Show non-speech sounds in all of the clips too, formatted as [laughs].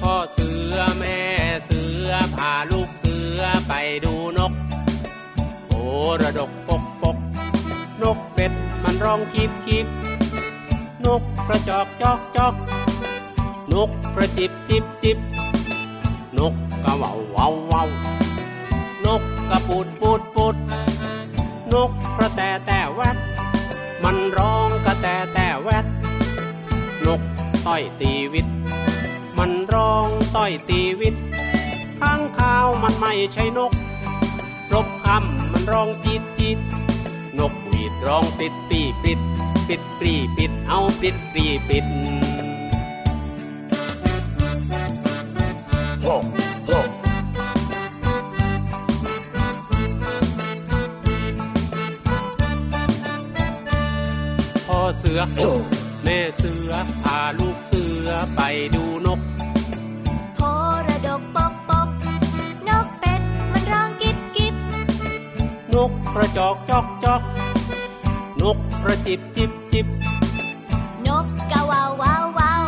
พ่อเสือแม่เสือพาลูกเสือไปดูนกโอระดกปกปก นกเป็ดมันร้องกีบกีบนกกระจอกจอกจอกนกกระจิบจิบจิบนกกระเหว่าเว่าเว่านกกระปูดปูดปูดนกกระแตแต่แวดมันร้องกระแตแต่แวดนกต้อยตีวิต มันร้องต้อยตีวิตข้างข้าวมันไม่ใช่นก รบคำมันร้องจีดจีดนกหวีดร้องปิดปีปิด ปิดปรีปิดเอาปิดปรีปิด พ่อเสือ แม่เสือพาลูกเสือไปดูนก โพระดกปกปก นกเป็ดมันร้องกิบกิบ นกกระจอกจอกจอก นกกระจิบจิบจิบ นกกะว่าววาววาว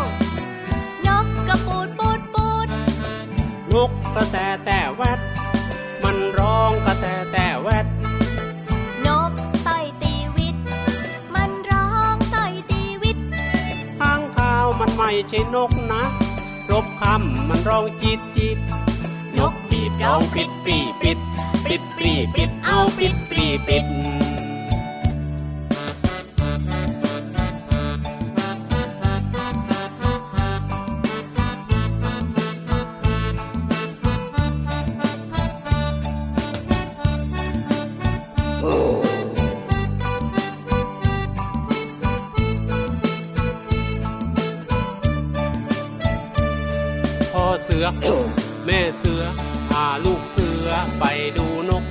นกกระปูดปูดปูด นกกระแตแต่แวด มันร้องกระแตแต่แวด นกต่อยตีวิต มันร้องต่อยตีวิต ข้างข้าวมันไม่ใช่นกนะ รบคำมันร้องจิตจิตนกปีบร้องปิดปีปิด ปิดปีปิดเอาปิดปีปิด พ่อเสือ [coughs] แม่เสือพาลูกเสือไปดูนก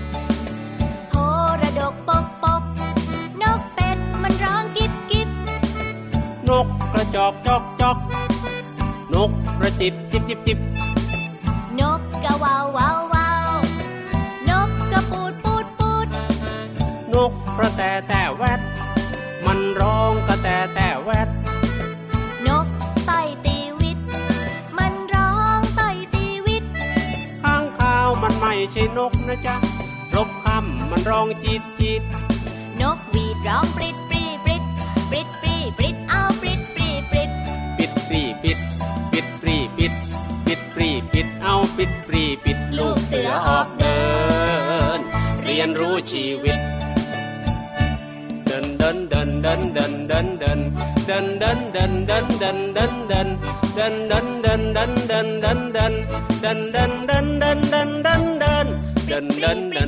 โพระดกปกปก นกเป็ดมันร้องกิบกิบ นกกระจอกจอกจอก นกกระจิบจิบจิบจิบ นกกะว่าววาววาว นกกระปูดปูดปูด นกกระแตแต่แวด มันร้องกระแตแต่แวด นกต่อยตีวิต มันร้องต่อยตีวิต ข้างข้าวมันไม่ใช่นกนะจ๊ะ รบคำมันร้องจิตจิต นกหวีดร้องปริดปรีปริดปริดปรีปริดเอาปริดปรีปริด ปิดปรีปิด ปิดปรีปิด ปิดปรีปิดเอาปิดปรีปิดลูกเสือออกเดิน เรียนรู้ชีวิต เดินเดินเดินเดินเดินเดินเดินเดินเดินเดินเดินเดินเดินเดินเดินเดินเดินเดินเดินเดินเดินเดินเดินเดินเดินเดินเดิน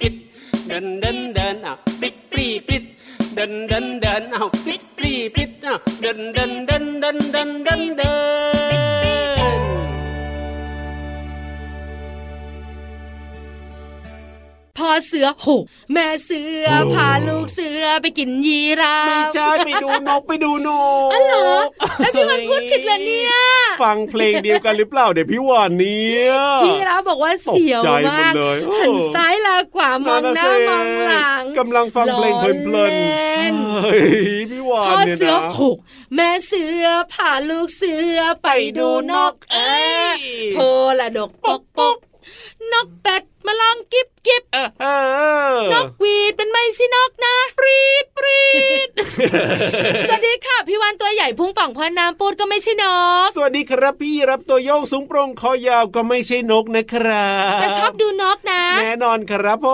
ปิดดันดันดันอ้าวปิดปรีปิดดันดันดันอ้าวปิดปรีปิดอ้าวดันดันดันดันดันดันดัน พ่อเสือโหแม่เสือ โอ้ พาลูกเสือไปกินยีราฟ ไม่ใช่ไปดูนกไปดูนก อ๋อเหรอแล้วพี่วันพูดผิดเหรอเนี่ย ฟังเพลงเดียวกันหรือเปล่าเดี๋ยวพี่วานเนี่ย พี่ราฟบอกว่าเสียว ตกใจหม มาดกเลยโอ้ หันซ้ายลาขวามองหน้ามองหลัง กำลังฟังเพลงเพ ล้ ลิ อน เล่น ๆเฮ้ยพี่วาน พ่อ เนี่ย เสือ นะ โหแม่เสือพาลูกเสือไปดูนกเอ้ยโพละดกปกปกนกเป็ดมาลองกิบกิบ เออเออน กหวีดมันไม่ใช่นกนะปรีดปรีด สวัสดีค่ะ พี่วันตัวใหญ่พุงป่องพอน้ำปูดก็ไม่ใช่นก สวัสดีครับพี่รับตัวโยงสูงโปรงคอยาวก็ไม่ใช่นกนะครับ แต่ชอบดูนกนะ แน่นอนครับผ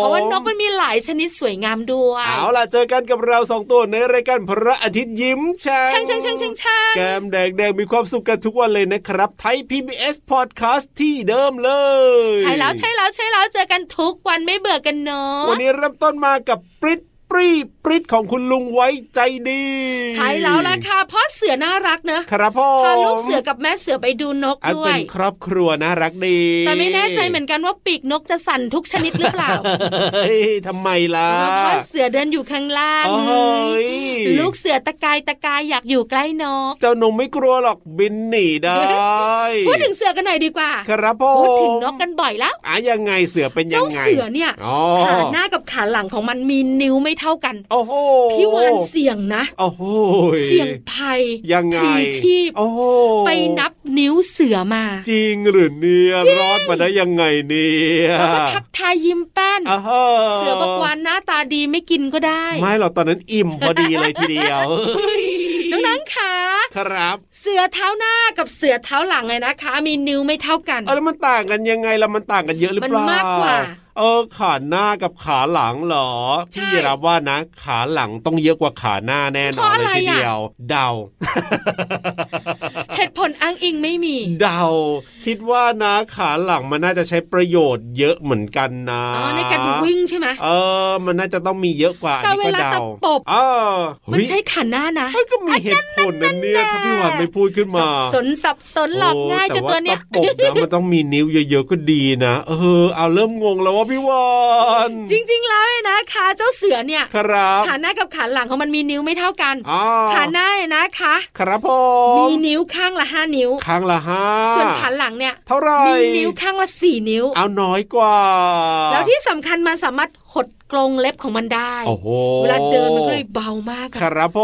ม เพราะว่านกมันมีหลายชนิดสวยงามด้วย เอาล่ะเจอกันกับเราสองตัวในรายการพระอาทิตย์ยิ้มช่าง ช่างช่างช่างช่างช่าง แก้มแดงแดงมีความสุขกันทุกวันเลยนะครับ ไทย PBS Podcast ที่เดิมเลย ใช่แล้วใช่แล้วใช่แล้วเจอกันทุกวันไม่เบื่อกันเนาะ วันนี้เริ่มต้นมากับปริ๊ดปรีปริ๊ดของคุณลุงไว้ใจดี ใช่แล้วล่ะค่ะพ่อเสือน่ารักเนอะ ครับพ่อ พาลูกเสือกับแม่เสือไปดูนก อัน ด้ว เป็น ย ครอบครัวน่ารักดี แต่ไม่แน่ใจเหมือนกันว่าปีกนกจะสั่นทุกชนิดหรือเปล่า เฮ้ยทำไมล่ะ เพราะพ่อเสือเดินอยู่ข้างล่าง โอ้ย ลูกเสือตะกายตะกายอยากอยู่ใกล้นก เจ้าหนุ่มไม่กลัวหรอกบินหนีได้ [laughs] พูดถึงเสือกันหน่อยดีกว่า ครับพ่อ พูดถึงนกกันบ่อยแล้ว อ่ะยังไงเสือเป็นยั เจ้าง ไง เสือเนี่ย อ๋อ ขาหน้ากับขาหลังของมันมีนิ้วไม่เท่ากัน โอ้โห พี่วานเสี่ยงนะ โอ้โห เสี่ยงภัย ยังไง พลีชีพ โอ้โห ไปนับนิ้วเสือมา จริงหรือเนี่ยรอดมาได้ยังไงเนี่ย แล้วก็ทักทายยิ้มแป้น อ่าฮะ เสือบอกวานหน้าตาดีไม่กินก็ได้ ไม่หรอกตอนนั้นอิ่มพอดีเลยทีเดี [laughs] ยวเฮ้ย น้องนังขา ครับ เสือเท้าหน้ากับเสือเท้าหลังเลยนะคะ มีนิ้วไม่เท่ากัน เอาแล้วมันต่างกันยังไงล่ะมันต่างกันเยอะหรือเปล่ามามมันากกว่า เออขาหน้ากับขาหลังเหรอ ใช่ พี่รับว่านะ ขาหลังต้องเยอะกว่าขาหน้าแน่นอนเลยที เพราะอะไรอ่ะ เดียว เดา เหตุผลอ้างอิงไม่มี เดาคิดว่านะขาหลังมันน่าจะใช้ประโยชน์เยอะเหมือนกันนะ อ๋อในการวิ่งใช่ไหม เออ มันน่าจะต้องมีเยอะกว่า แต่ อันนี้ก็ เวลา เดา ตะปบ เออ มันใช้ เฮ้ย ขาหน้านะ เอ้ยก็มีเหตุผลนะเนี่ยถ้าพี่หวานไม่พูดขึ้น สั มา บสนสับสนหลอกง่าย โ จนตัวเนี้ย แาตะปบ [laughs] นะมันต้องมีนิ้วเยอะๆก็ดีนะเออเอาเริ่มงงแล้วว่าพี่หวาน จริงๆ แล้วเนี่ยนะคะ เจ้าเสือเนี่ย ครับ ขาหน้ากับขาหลังของมันมีนิ้วไม่เท่ากัน อ๋อ ขาหน้าเนี่ยนะคะ ครับผ มี ม นิ้วข้างละห้านิ้ว ครั้งละห้า ส่วนขาหลังเนี่ย เท่าไหร่ มีนิ้วข้างละสี่นิ้ว เอาน้อยกว่า แล้วที่สำคัญมันสามารถหดกรงเล็บของมันได้ โอ้โห เวลาเดินมันก็เลยเบามากอะ ครับผ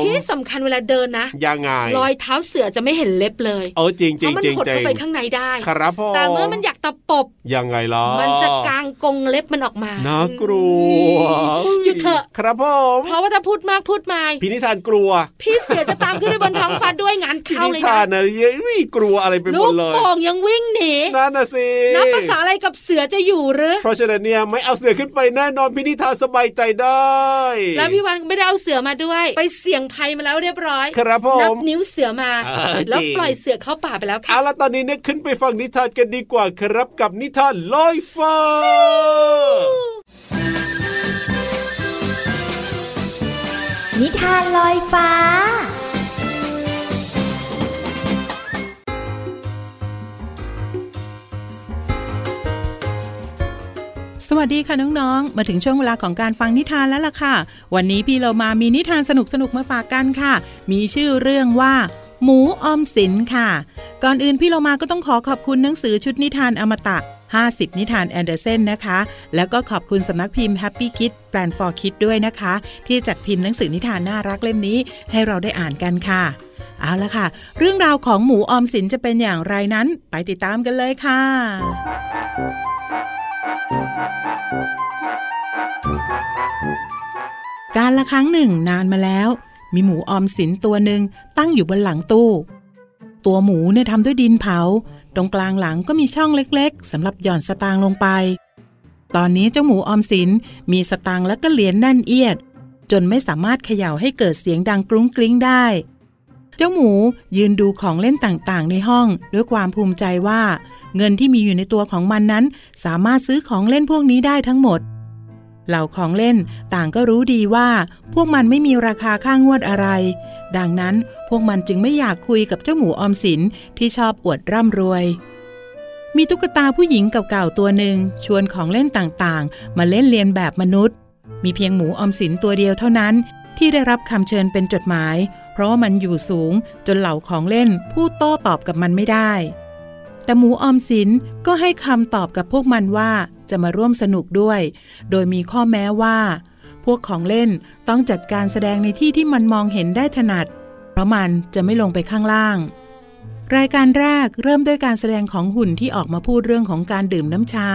ม ที่สำคัญเวลาเดินนะ ยังไง รอยเท้าเสือจะไม่เห็นเล็บเลย เออจริง เพ จริง ราะมัน จริง หด จริ เข้าง ไปข้างในได้ ครับผม แต่เมื่อมันอยากตะปบ ยังไงล่ะ มันจะกางกรงเล็บมันออกมา น่ากลัว หยุดเถอะ ครับผม เพราะว่าถ้าพูดมากพูดไม่ พินิธานกลัว พี่เสือจะตามขึ้นไปบนท้องฟ้าด้วยงาน พิ เข้า นิ เลย ธา นะ นนะเยอะไม่กลัวอะไรไปห ลู มด ก เลย โป่งยังวิ่งหนี นั่นน่ะสิ นับภาษาอะไรกับเสือจะอยู่หรือ เพราะฉะนั้นเนี่ยไม่เอาเสือขึ้นไปแน่นอนพินิธานสบายใจได้ แล้วพี่วันไม่ได้เอาเสือมาด้วย ไปเสี่ยงภัยมาแล้วเรียบร้อย ครับผ นั ม บนิ้วเสือมา เออ แล้ว จริง ปล่อยเสือเข้าป่าไปแล้วค่ะ เอาละตอนนี้เนี่ยขึ้นไปฟังนิทานกันดีกว่าครับกับนิทานลอยฟ้า นิทานลอยฟ้า สวัสดีค่ะน้องๆ มาถึงช่วงเวลาของการฟังนิทานแล้วล่ะค่ะ วันนี้พี่เรามามีนิทานสนุกๆ มาฝากกันค่ะ มีชื่อเรื่องว่า หมูออมสินค่ะ ก่อนอื่นพี่เรามาก็ต้องขอขอบคุณหนังสือชุดนิทานอมตะ 50 นิทานแอนเดอร์เซนนะคะ แล้วก็ขอบคุณสำนักพิมพ์ Happy Kid แปลน for Kid ด้วยนะคะ ที่จัดพิมพ์หนังสือนิทานน่ารักเล่มนี้ ให้เราได้อ่านกันค่ะ เอาละค่ะ เรื่องราวของหมูออมสินจะเป็นอย่างไรนั้น ไปติดตามกันเลยค่ะ การละครั้งหนึ่งนานมาแล้ว มีหมูออมสินตัวหนึ่งตั้งอยู่บนหลังตู้ ตัวหมูเนี่ยทำด้วยดินเผา ตรงกลางหลังก็มีช่องเล็กๆสำหรับหย่อนสตางค์ลงไป ตอนนี้เจ้าหมูออมสินมีสตางค์และก็เหรียญแน่นเอียด จนไม่สามารถเขย่าให้เกิดเสียงดังกรุ้งกริ้งได้ เจ้าหมูยืนดูของเล่นต่างๆ ในห้อง ด้วยความภูมิใจว่า เงินที่มีอยู่ในตัวของมันนั้น สามารถซื้อของเล่นพวกนี้ได้ทั้งหมด เหล่าของเล่นต่างก็รู้ดีว่า พวกมันไม่มีราคาค่างวดอะไร ดังนั้นพวกมันจึงไม่อยากคุยกับเจ้าหมูออมสินที่ชอบอวดร่ำรวย มีตุ๊กตาผู้หญิงเก่าๆตัวหนึ่งชวนของเล่นต่างๆ มาเล่นเลียนแบบมนุษย์ มีเพียงหมูออมสินตัวเดียวเท่านั้น ที่ได้รับคำเชิญเป็นจดหมาย เพราะว่ามันอยู่สูงจนเหล่าของเล่นพูดโต้ตอบกับมันไม่ได้ แต่หมูออมสินก็ให้คำตอบกับพวกมันว่าจะมาร่วมสนุกด้วย โดยมีข้อแม้ว่า พวกของเล่นต้องจัดการแสดงในที่ที่มันมองเห็นได้ถนัด เพราะมันจะไม่ลงไปข้างล่าง รายการแรกเริ่มด้วยการแสดงของหุ่นที่ออกมาพูดเรื่องของการดื่มน้ำชา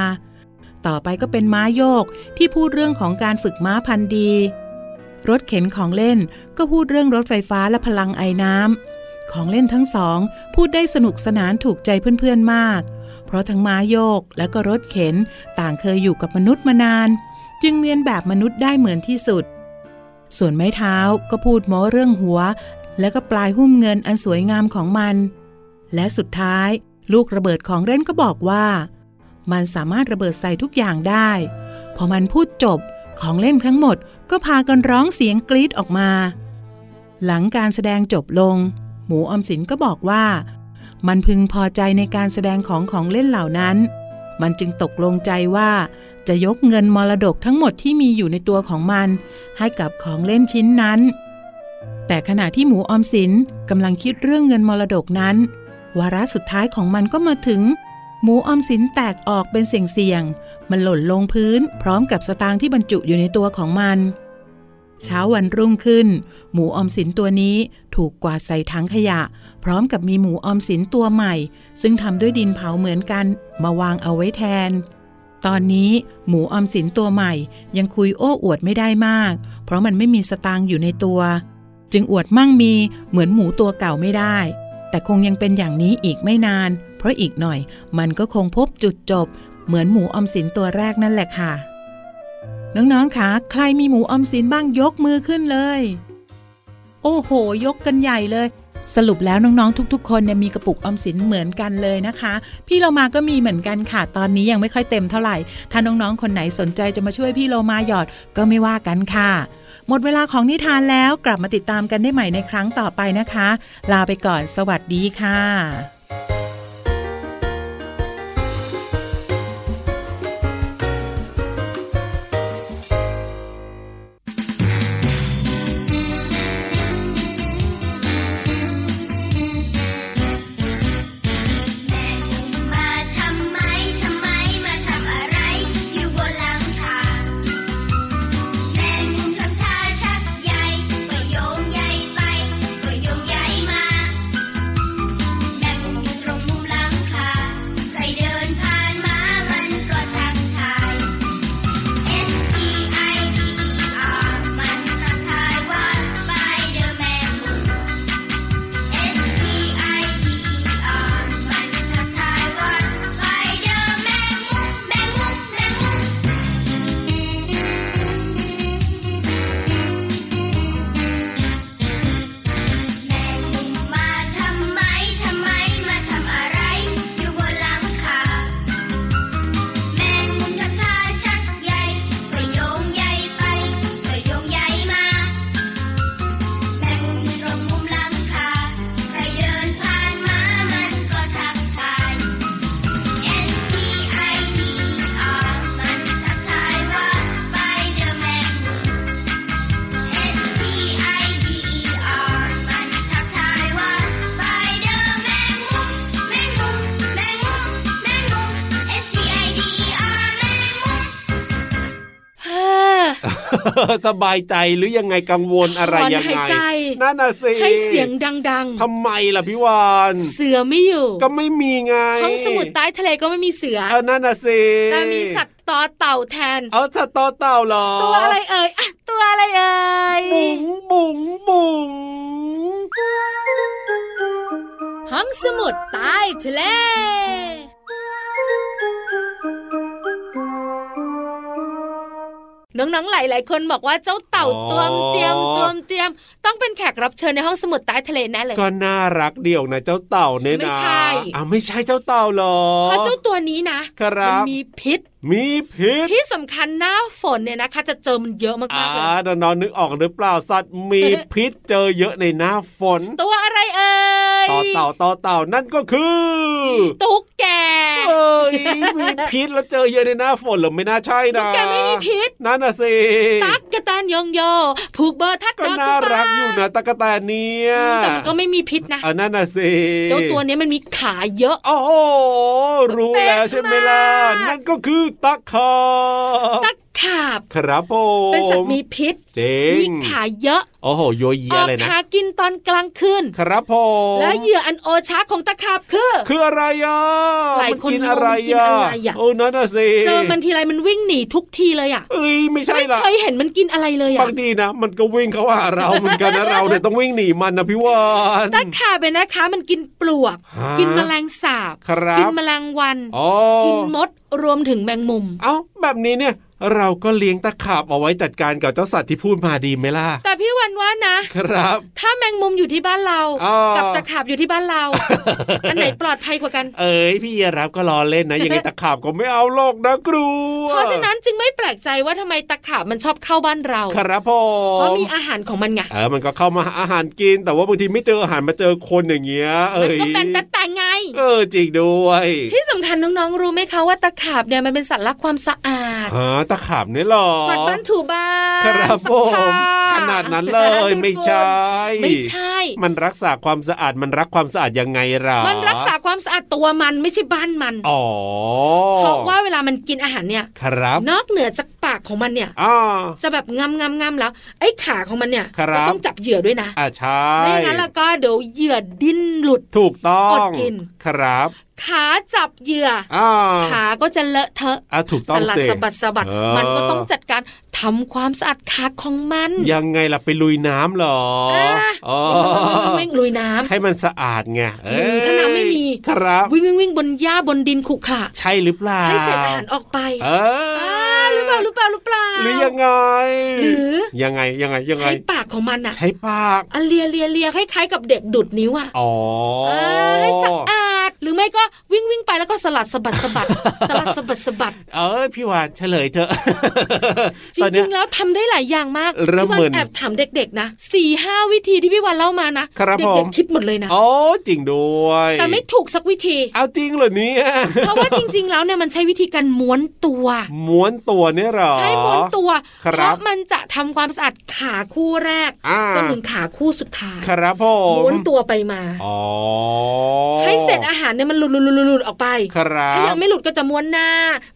ต่อไปก็เป็นม้าโยกที่พูดเรื่องของการฝึกม้าพันธุ์ดี รถเข็นของเล่น ก็พูดเรื่องรถไฟฟ้าและพลังไอน้ำของเล่นทั้งสอง พูดได้สนุกสนานถูกใจเพื่อนๆมาก เพราะทั้งม้าโยกและก็รถเข็นต่างเคยอยู่กับมนุษย์มานาน จึงเรียนแบบมนุษย์ได้เหมือนที่สุด ส่วนไม้เท้าก็พูดโม้เรื่องหัว และก็ปลายหุ้มเงินอันสวยงามของมัน และสุดท้าย ลูกระเบิดของเล่นก็บอกว่า มันสามารถระเบิดใส่ทุกอย่างได้ พอมันพูดจบของเล่นทั้งหมดก็พากันร้องเสียงกรี๊ดออกมา หลังการแสดงจบลง หมูออมสินก็บอกว่า มันพึงพอใจในการแสดงของของเล่นเหล่านั้น มันจึงตกลงใจว่า จะยกเงินมรดกทั้งหมดที่มีอยู่ในตัวของมัน ให้กับของเล่นชิ้นนั้น แต่ขณะที่หมูออมสินกำลังคิดเรื่องเงินมรดกนั้น วาระสุดท้ายของมันก็มาถึง หมูออมสินแตกออกเป็นเสี่ยงๆมันหล่นลงพื้น พร้อมกับสตางค์ที่บรรจุอยู่ในตัวของมัน เช้าวันรุ่งขึ้น หมูออมสินตัวนี้ถูกกวาดใส่ถังขยะ พร้อมกับมีหมูออมสินตัวใหม่ ซึ่งทำด้วยดินเผาเหมือนกัน มาวางเอาไว้แทน ตอนนี้หมูออมสินตัวใหม่ ยังคุยโอ้อวดไม่ได้มาก เพราะมันไม่มีสตางค์อยู่ในตัว จึงอวดมั่งมีเหมือนหมูตัวเก่าไม่ได้ แต่คงยังเป็นอย่างนี้อีกไม่นาน เพราะอีกหน่อย มันก็คงพบจุดจบ เหมือนหมูออมสินตัวแรกนั่นแหละค่ะ น้องๆคะใครมีหมูออมสินบ้างยกมือขึ้นเลย โอ้โห ยกกันใหญ่เลย สรุปแล้วน้องๆ ทุกๆ คนเนี่ยมีกระปุกออมสินเหมือนกันเลยนะคะ พี่เรามาก็มีเหมือนกันค่ะ ตอนนี้ยังไม่ค่อยเต็มเท่าไหร่ ถ้าน้องๆ คนไหนสนใจจะมาช่วยพี่เรามาหยอดก็ไม่ว่ากันค่ะ หมดเวลาของนิทานแล้วกลับมาติดตามกันได้ใหม่ในครั้งต่อไปนะคะ ลาไปก่อนสวัสดีค่ะ มาทำไม ทำไม มาทำอะไร อยู่บนหลังคาแมงมุมทำท่าชักใยก็โยงใยไป ก็โยงใยมาแมงมุมอยู่ตรงมุมหลังคาใครเดินผ่านมามันก็ทักทาย S E I D E R มันทักทายว่าไปเดอแมงมุม S T I T E R มันจะทายว่าไปเจอแมงมุมแมงมุมแมงมุม แมงมุมมาทำไมทำไมมาทำอะไร อยู่บนหลังคาแมงมุมทำท่าชักใยก็โยงใยไปก็โยงใยมา แมงมุมอยู่ตรงมุมหลังคาใครเดินผ่านมามันก็ทักทาย S T I T E R มันทักทายว่าไปเจอแมงมุม S T I T E R มันทักทายว่าไปเจอแมงมุมแมงมุมแมงมุมแมงมุม S T I T E R แมงมุม ฮ่า [laughs] สบายใจหรือยังไงกังวลอะไรยัง ถอนหาย ไง ใจ นั่นน่ะสิ ให้เสียงดัง ทำไมล่ะพี่วาน ๆ เสือไม่อยู่ ก็ไม่มีไง ห้องสมุดใต้ทะเลก็ไม่มีเสือ เออนั่นน่ะสิ แต่มีสัตว์ต่อเต่าแทน เอาสัตว์ต่อเต่าเหรอ ตัวอะไรเอ่ยอ่ะตัวอะไรเอ่ย บุ๋งบุ๋งบุ๋ง ห้องสมุดใต้ทะเล น้องๆ หลาย ๆ คนบอกว่าเจ้าเต่าตัวมเตรียมตัวมเตรียม ต้องเป็นแขกรับเชิญในห้องสมุดใต้ทะเลแน่เลย ก็น่ารักเดี่ยวนะเจ้าเต่าเนี่ยนะ ไม่ใช่ อ่ะไม่ใช่เจ้าเต่าเหรอ เพราะเจ้าตัวนี้นะครับ มัมีพิษ มีพิษ ที่สำคัญหน้าฝนเนี่ยนะคะ จะเจอมันเยอะ อ่าม ากๆเลย น้องๆนึกออกหรือเปล่าสัตว์มีพิษเจอเยอะในหน้าฝน ตัวอะไรเอ่ย ต่อเต่าต่อเต่านั่นก็คือ ตุ๊กแก เอ้ยมีพิษแล้วเจอเยอะในหน้าฝนเหรือไม่น่าใช่ ตุ๊ นะ กแกไม่มีพิษ นั่นน่ะสิ ตักกะแตนยองโยผูกเบอร์ทัก ก็ ดอก น่า สป รักอยู่นะตะกะแตนเนี่ย แต่มันก็ไม่มีพิษนะ เออนั่นน่ะสิ เจ้าตัวเนี้ยมันมีขาเยอะ โอ้โหรู้แล้วใช่ไหมล่ะ เป๊ะมาก นั่นก็คือตะขาบ ตะ ขาบ ครับผม เป็นสัตว์มีพิษ จริ มี ง ขาเยอะ โอ้โหโยเย ออก อะไรนะ หากินตอนกลางคืน ครับผม และเหยื่ออันโอชาของตะขาบคือ คืออะไรอ่ะ หลายคมันกินอะไร งงกิน อ่ะ อะไรอ่ะ โอ้นั่นน่ะสิ เจอมันทีไรมันวิ่งหนีทุกทีเลยอ่ะ เอ้ยไม่ใช่ ไม่ ล่ะ เคยเห็นมันกินอะไรเลยอ่ะ บางทีนะมันก็วิ่งเข้าหาเราเหมือนกัน [laughs] นะ เราเนี่ยต้องวิ่งหนีมันนะพี่วาน ตะขาบเนี่ยนะคะ มันกินปลวก ฮะ กินแมลงสาบ ครับ กินแมลงวัน อ๋อ กินมดรวมถึงแมงมุม เอ้าแบบนี้เนี่ย เราก็เลี้ยงตะขาบเอาไว้จัดการกับเจ้าสัตว์ที่พูดมาดีไหมล่ะ แต่พี่วันว่านะ ครับ ถ้าแมงมุมอยู่ที่บ้านเรา อ่ากั กับตะขาบอยู่ที่บ้าน [laughs] เรา อันไหนปลอดภัยกว่ากัน เอ้ยพี่ยีรับก็รอเล่น [laughs] นะยังไงตะขาบก็ไม่เอาโลกนะครู เพราะฉะนั้นจึงไม่แปลกใจว่าทำไมตะขาบมันชอบเข้าบ้านเรา ครับผม เพราะมีอาหารของมันไง เออ มันก็เข้ามาหาอาหารกิน แต่ว่าบางทีไม่เจออาหารมาเจอคนอย่างเงี้ย เอ้ มัน ย ก็เป็นตะแต่ไง เออจริงด้วย ที่สำคัญน้องๆ รู้ไหมคะว่าตะขาบเนี่ยมันเป็นสัตว์รักความสะอาด ฮะตะขาบเนี่ยหรอก วาดบ้านถูบ้าน ครับ ซัก ผ ผ้าม ขนาดนั้นเลย ดูด ไม่ ฝุ่น ใช่ ไม่ใช่ มันรักษาความสะอาดมันรักความสะอาดยังไงหรอ มันรักษาความสะอาดตัวมันไม่ใช่บ้านมัน อ๋อ เพราะว่าเวลามันกินอาหารเนี่ย ครับ นอกเหนือจากปากของมันเนี่ย อ๋อ จะแบบงำงำงำแล้ว ไอ้ขาของมันเนี่ย ครับ ก็ต้องจับเหยื่อด้วยนะ อ่าใช่ ไม่งั้นแล้วก็เดี๋ยวเหยื่อดิ้นหลุด ถูกต้อง อดกิน ครับ ขาจับเหยื่ออ อ่า ขาก็จะเลอะเทอะ อ่าถูกต้อ ส ง ลัด สิ สะบัดสะบัด เออ มันก็ต้องจัดการทำความสะอาดขาของมัน ยังไงล่ะไปลุยน้ำเหรออ๋อ ะวิ่งลุยน้ำ ให้มันสะอาดไงเอ้ย ถ้าน้ำไม่มี ครับ วิ่งวิ่งวิ่งบนหญ้าบนดินขรุขระ ใช่หรือเปล่า ให้เศษอาหารออกไป เออ อ่าหรือเปล่าหรือเปล่าหรือเปล่า หรือยังไง หรือ ยังไงยังไงยังไง ใช้ปากของมันอ่ะ ใช้ปาก อันเลียเลียเลียคล้ายๆกับเด็กดูดนิ้วอ่ะ อ๋ออา ให้สะอาดหรือไม่ก็วิ่งวิ่งไปแล้วก็สลัดสะบัดสะบัด [laughs] สลัดสะบัดสะบัด เออพี่วานเฉลยเถอะ จริ ตอง น ๆ เนี้ย แล้วทำได้หลายอย่างมาก เริ่ม พี่วั มึน แอบถามเด็กๆนะสี่ห้าวิธีที่พี่วันเล่ามานะครับเด็ ผ ก ม ๆคิดหมดเลยนะ โอ้จริงด้วย แต่ไม่ถูกสักวิธี [laughs] เอาจริงเหรอเนี่ย เพราะว่าจริง ๆ แล้วเนี่ยมันใช้วิธีการม้วนตัว [laughs] ม้วนตัวเนี่ยเหรอ ใช่ม้วนตัว ครับ เพราะมันจะทำความสะอาดขาคู่แรก อ่า จนถึงขาคู่สุดท้าย ครับผ ม้ว ม นตัวไปมา อ๋อ ให้เศษอาหารเนี่ยมันหลุดหลุดหลุดหลุดออกไป ครับ ถ้ายังไม่หลุดก็จะม้วนหน้า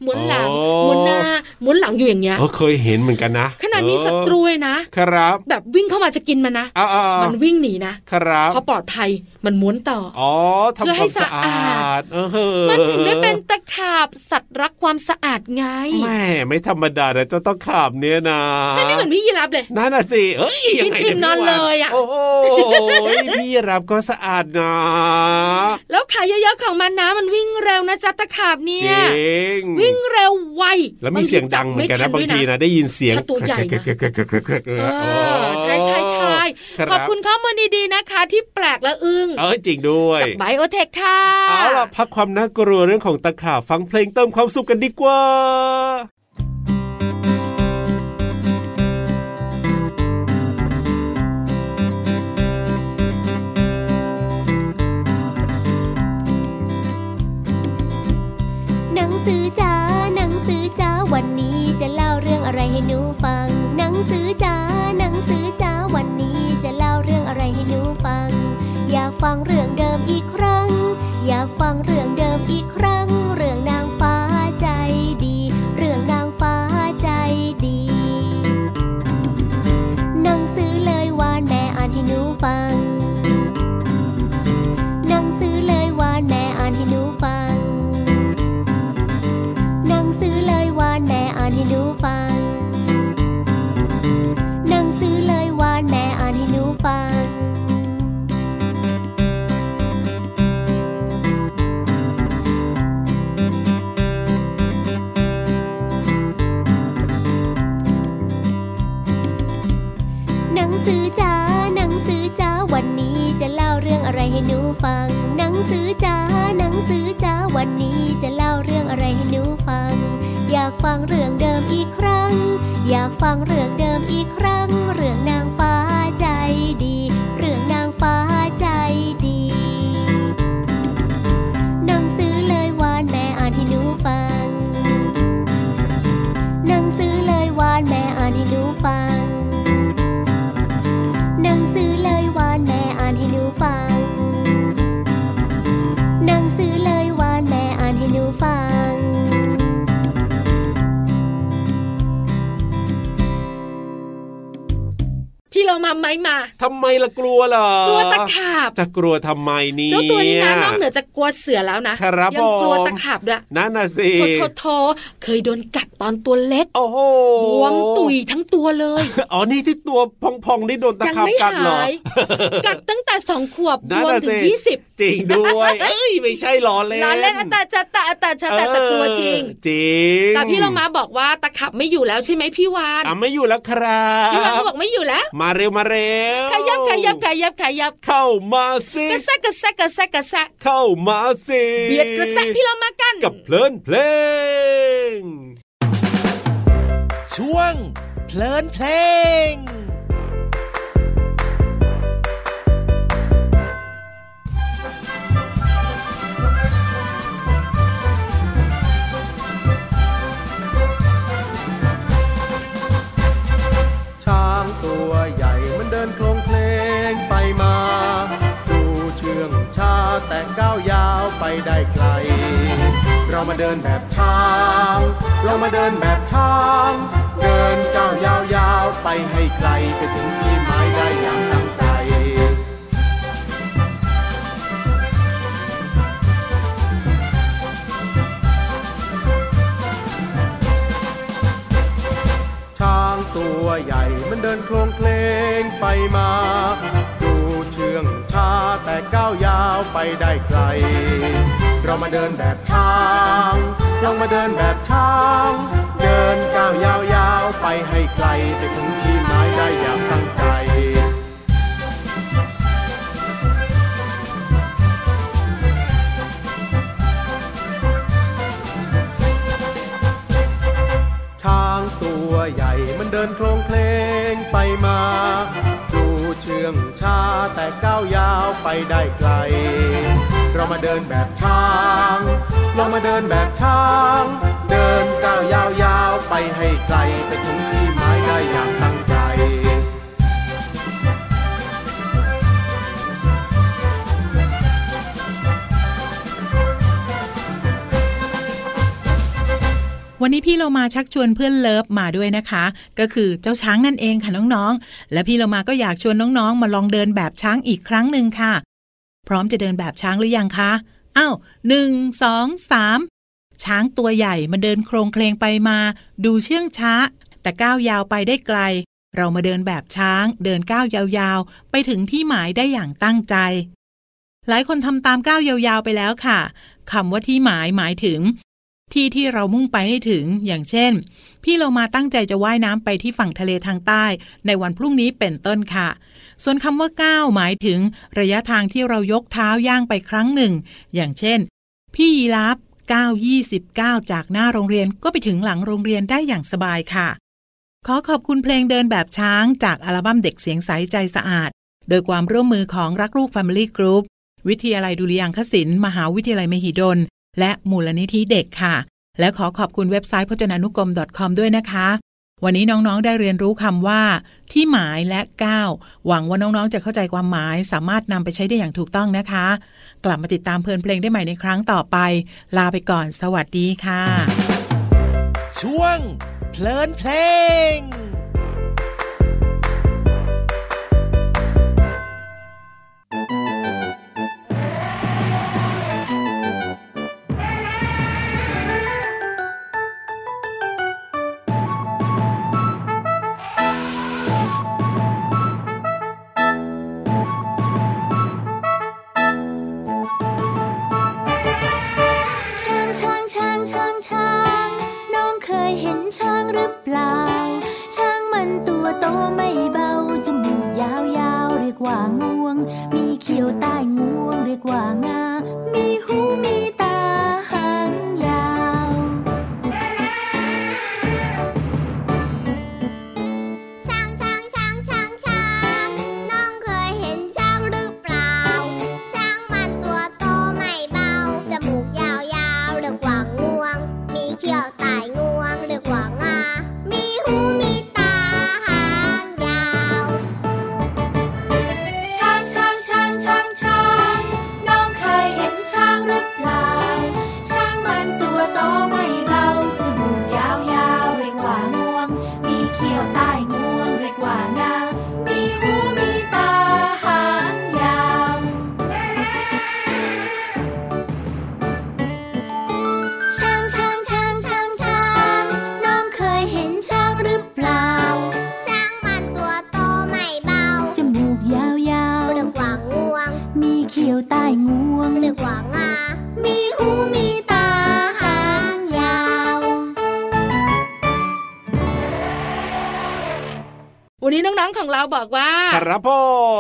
ม้วนหลัง โอ้ ม้วนหน้าม้วนหลังอยู่อย่างเงี้ย เออเคยเห็นเหมือนกันนะ ขนาดมีศัตรูเลยนะ ครับ แบบวิ่งเข้ามาจะกินมันนะ เอาเอาเอา มันวิ่งหนีนะครับ พอปลอดภัยมันม้วนต่ออ อ๋อทำค เพื่อให้ วาม สะ สะ อา อาด เออ มันถึงได้เป็นตะขาบสัตว์รักความสะอาดไง แหม่ไม่ธรรมดานะเจ้าต้องขาบเนี่ยนะ ใช่ไม่เหมือนพี่ยีรับเลย นั่นน่ะสิเอ้ยยังไง กินอิ่มนอนเลยอะ โอ้โหพี่รับก็สะอาดนะ แล้วขาเยอะๆของมันนะมันวิ่งเร็วนะจ๊ะตะขาบเนี่ จ ย ริง วิ่งเร็วไว แล้วมีเสียงดังเหมือนกันนะ จั บาง ไม่ ที ทัด้ว นะ ย ได้ยินเสียง ถ้าตัวใหญ่นะ เอ เอ อ อ ใช่ใช่ใช่ขอบคุณข้อมูลดีๆนะคะ ที่แปลกและอึ้ง เออจริงด้วย จากไบโอเทคค่ะ เอาล่ะพักความน่ากลัวเรื่องของตะขาบฟังเพลงเติมความสุขกันดีกว่า หนังสือจ๋าหนังสือจ๋าวันนี้จะเล่าเรื่องอะไรให้หนูฟัง หนังสือจ๋าหนังสือจ๋าวันนี้จะเล่าเรื่องอะไรให้หนูฟัง อยากฟังเรื่องเดิมอีกครั้ง อยากฟังเรื่องเดิมอีกครั้ง เรื่องนางฟ้าใจดี เรื่องนางฟ้าใจดี หนังสือเลยวานแม่อ่านให้หนูฟัง หนังสือเลยวานแม่อ่านให้หนูฟัง หนังสือเลยวานแม่อ่านให้หนูฟัง หนังสือเลยวานแม่อ่านให้หนูฟัง หนังสือจ๋าหนังสือจ๋าวันนี้จะเล่าเรื่องอะไรให้หนูฟัง หนังสือจ๋าหนังสือจ๋าวันนี้จะเล่าเรื่องอะไรให้หนูฟัง อยากฟังเรื่องเดิมอีกครั้ง อยากฟังเรื่องเดิมอีกครั้ง เรื่องนางฟ้าใจดี เรื่องนางฟ้าใจดี หนังสือเลยวานแม่อ่านให้หนูฟัง หนังสือเลยวานแม่อ่านให้หนูฟัง หนังสือเลยวานแม่อ่านให้หนูฟัง หนังสือเลยวานแม่อ่านให้หนูฟัง พี่เรามาไหมมา ทำไมละกลัวเหรอก ลัวตะขาบ จะกลัวทำไมเนี่ย เจ้าตัวนี้นะนอกเหนือจากกลัวเสือแล้วนะครับ ยักลัว ผม ตะขาบด้วย นั่นน่ะสิ โทโทโทเคยโดนกัดตอนตัวเล็ก โอ้โห บวมตุยทั้งตัวเลย อ๋อนี่ที่ตัวพองๆนี่โดนตะ ยัง ขาบ ไม่ กัดเหรอ หาย กัดตั้งแต่สองขวบ นั่ บ น วม น่ะ ถึ สิ งยี่สิบ จริงด้วย เอ้ยไม่ใช่ล้อเล่น ล้อเล่นอัตตาจะตะอัตตาจะตะแต่กลัวจริง เออจริง แต่พี่เรามาบอกว่าตะขับไม่อยู่แล้วใช่ไหมพี่วาน อ่ะไม่อยู่แล้วครั พี่วานก็ บ บอกไม่อยู่แล้ว มาเร็วมาเร็ว ขยับขยับขยับขยับ เข้ามาสิ กระแซะกระแซะกระแซะกระแซะ เข้ามาสิ เบียดกระแซะพี่เรามากัน กับเพลินเพลง ช่วง เพลินเพลง ช้างตัวใหญ่มันเดินโคลงเพลงไปมา ดูเชื่องช้าแต่ก้าวยาวไปได้ไกล เรามาเดินแบบช้าง เรามาเดินแบบช้าง เดินก้าวยาวยาวๆไปให้ไกลไปถึงปีหมายได้อย่างตั้งใจ ช้างตัวใหญ่มันเดินโคลงเพลงไปมา ดูเชื่องช้าแต่ก้าวยาวไปได้ไกล เรามาเดินแบบช้าง เรามาเดินแบบช้าง เดินก้าวยาวยาวๆไปให้ไกลไปถึงที่หมายได้อย่างตั้งใจ ช้างตัวใหญ่มันเดินโคลงเพลงไปมา ดูเชื่องช้าแต่ก้าวยาวไปได้ไกล เรามาเดินแบบช้าง เรามาเดินแบบช้าง เดินก้าวยาวยาวๆไปให้ไกลไปถึงที่หมายได้อย่างตั้งใจ วันนี้พี่เรามาชักชวนเพื่อนเลิฟมาด้วยนะคะ ก็คือเจ้าช้างนั่นเองค่ะน้องๆ และพี่เรามาก็อยากชวนน้องๆ มาลองเดินแบบช้างอีกครั้งหนึ่งค่ะ พร้อมจะเดินแบบช้างหรือยังคะอ้าวหนึ่งสองสามช้างตัวใหญ่มันเดินโครงเคลงไปมา ดูเชื่องช้า แต่ก้าวยาวไปได้ไกล เรามาเดินแบบช้าง เดินก้าวยาวๆ ไปถึงที่หมายได้อย่างตั้งใจ หลายคนทำตามก้าวยาวๆไปแล้วค่ะคำว่าที่หมายหมายถึง ที่ที่เรามุ่งไปให้ถึงอย่างเช่น พี่เรามาตั้งใจจะว่ายน้ำไปที่ฝั่งทะเลทางใต้ ในวันพรุ่งนี้เป็นต้นค่ะ ส่วนคำว่าก้าวหมายถึง ระยะทางที่เรายกเท้าย่างไปครั้งหนึ่ง อย่างเช่น พี่ยีรับก้าว29 จากหน้าโรงเรียนก็ไปถึงหลังโรงเรียนได้อย่างสบายค่ะ ขอขอบคุณเพลงเดินแบบช้างจากอัลบั้มเด็กเสียงใสใจสะอาด โดยความร่วมมือของรักลูก Family Group วิทยาลัยดุริยางคศิลป์มหาวิทยาลัยมหิดล และมูลนิธิเด็กค่ะ และขอขอบคุณเว็บไซต์พจนานุกรม .com ด้วยนะคะ วันนี้น้องๆได้เรียนรู้คำว่า ที่หมายและก้าวหวังว่าน้องๆจะเข้าใจความหมายสามารถนำไปใช้ได้อย่างถูกต้องนะคะ กลับมาติดตามเพลินเพลงได้ใหม่ในครั้งต่อไป ลาไปก่อน สวัสดีค่ะ ช่วง เพลินเพลง ช้างช้างช้างช้างช้างน้องเคยเห็นช้างหรือเปล่า ช้าง ยวใต้งวง นึกว่างา มีหูมีตาหางยาว วันนี้น้องๆของเราบอกว่า ครับผ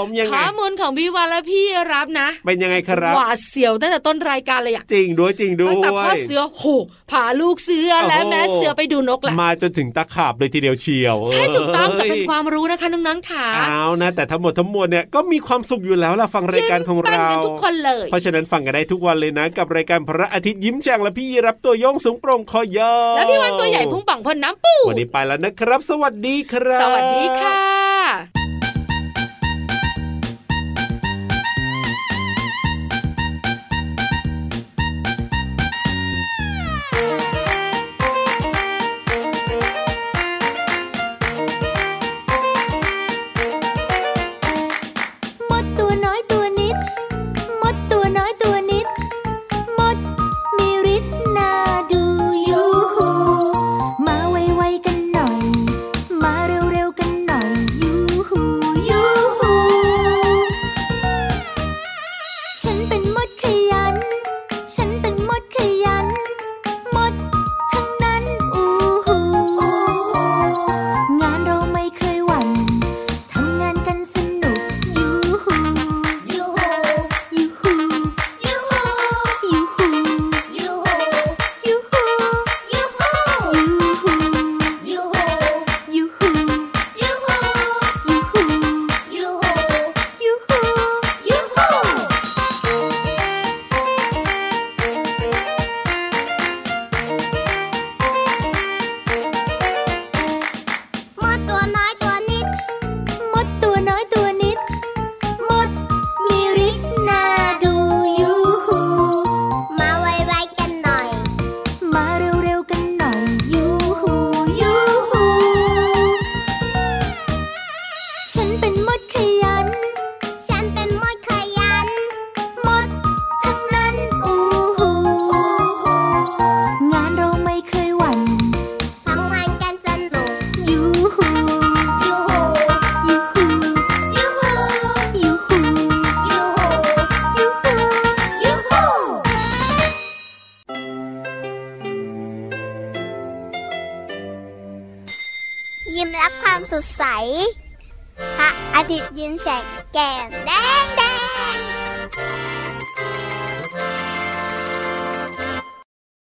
มยังไง ข้อมูลของพี่วานและพี่รับนะ เป็นยังไงครับ หวาดเสียวตั้งแต่ต้นรายการเลยอะ จริงด้วยจริงด้ว ตั้ ย งแต่พ่อเสือโหผาลูกเสือและ โอ้โห แม่เสือไปดูนกแหละ มาจนถึงตะขาบเลยทีเดียวเชียว ใช่ถูกต้องแต่เป็น อ้ย ความรู้นะคะน้องๆค่ะ เอานะ แต่ทั้งหมดทั้งมวลเนี่ยก็มีความสุขอยู่แล้วล่ะฟังรายการของ ยิ้ม เรา ปันกันทุกคนเลย เพราะฉะนั้นฟังกันได้ทุกวันเลยนะ กับรายการพระอาทิตย์ยิ้มแฉ่งและพี่ยีรับตัวโยงสูงโปร่งคอยาว แล้วพี่วันตัวใหญ่พุ่งป่องพ่นน้ำปู วันนี้ไปแล้วนะครับ สวัสดีครับ สวัสดีค่ะ มดตัวน้อยตัวนิด มดตัวน้อยตัวนิด มดมีฤทธิ์น่าดูยูหูมาไวๆกันหน่อย มาเร็วๆกันหน่อยยูหูยูหูฉันเป็นมดขยัน ฉันเป็นมดขยัน มดทั้งนั้นอูหูงานเราไม่เคยหวั่น ทำงานกันสนุก ยูหู ยูหู ยูหู ยูหู ยูหู ยูหู ยูหู ยูหู ยูหู ยูหู ยูหู ยูหู ยูหู ยูหู ยูหู มดตัวน้อยตัวนิด มดตัวน้อยตัวนิด มดมีฤทธิ์น่าดูยูหูมาไวๆกันหน่อย มาเร็วๆกันหน่อย ยูหู ยูหู ฉันเป็นมดขยัน ฉันเป็นมดขยัน มดทั้งนั้นอูหู งานเราไม่เคยหวั่น ทำงานกันสนุก ยูหู ยูหู ยูหูยูยูหูหูยูหูยูหูยูหู ยิ้มรับความสดใส พระอาทิตย์ยิ้มแฉกแก้มแดงแด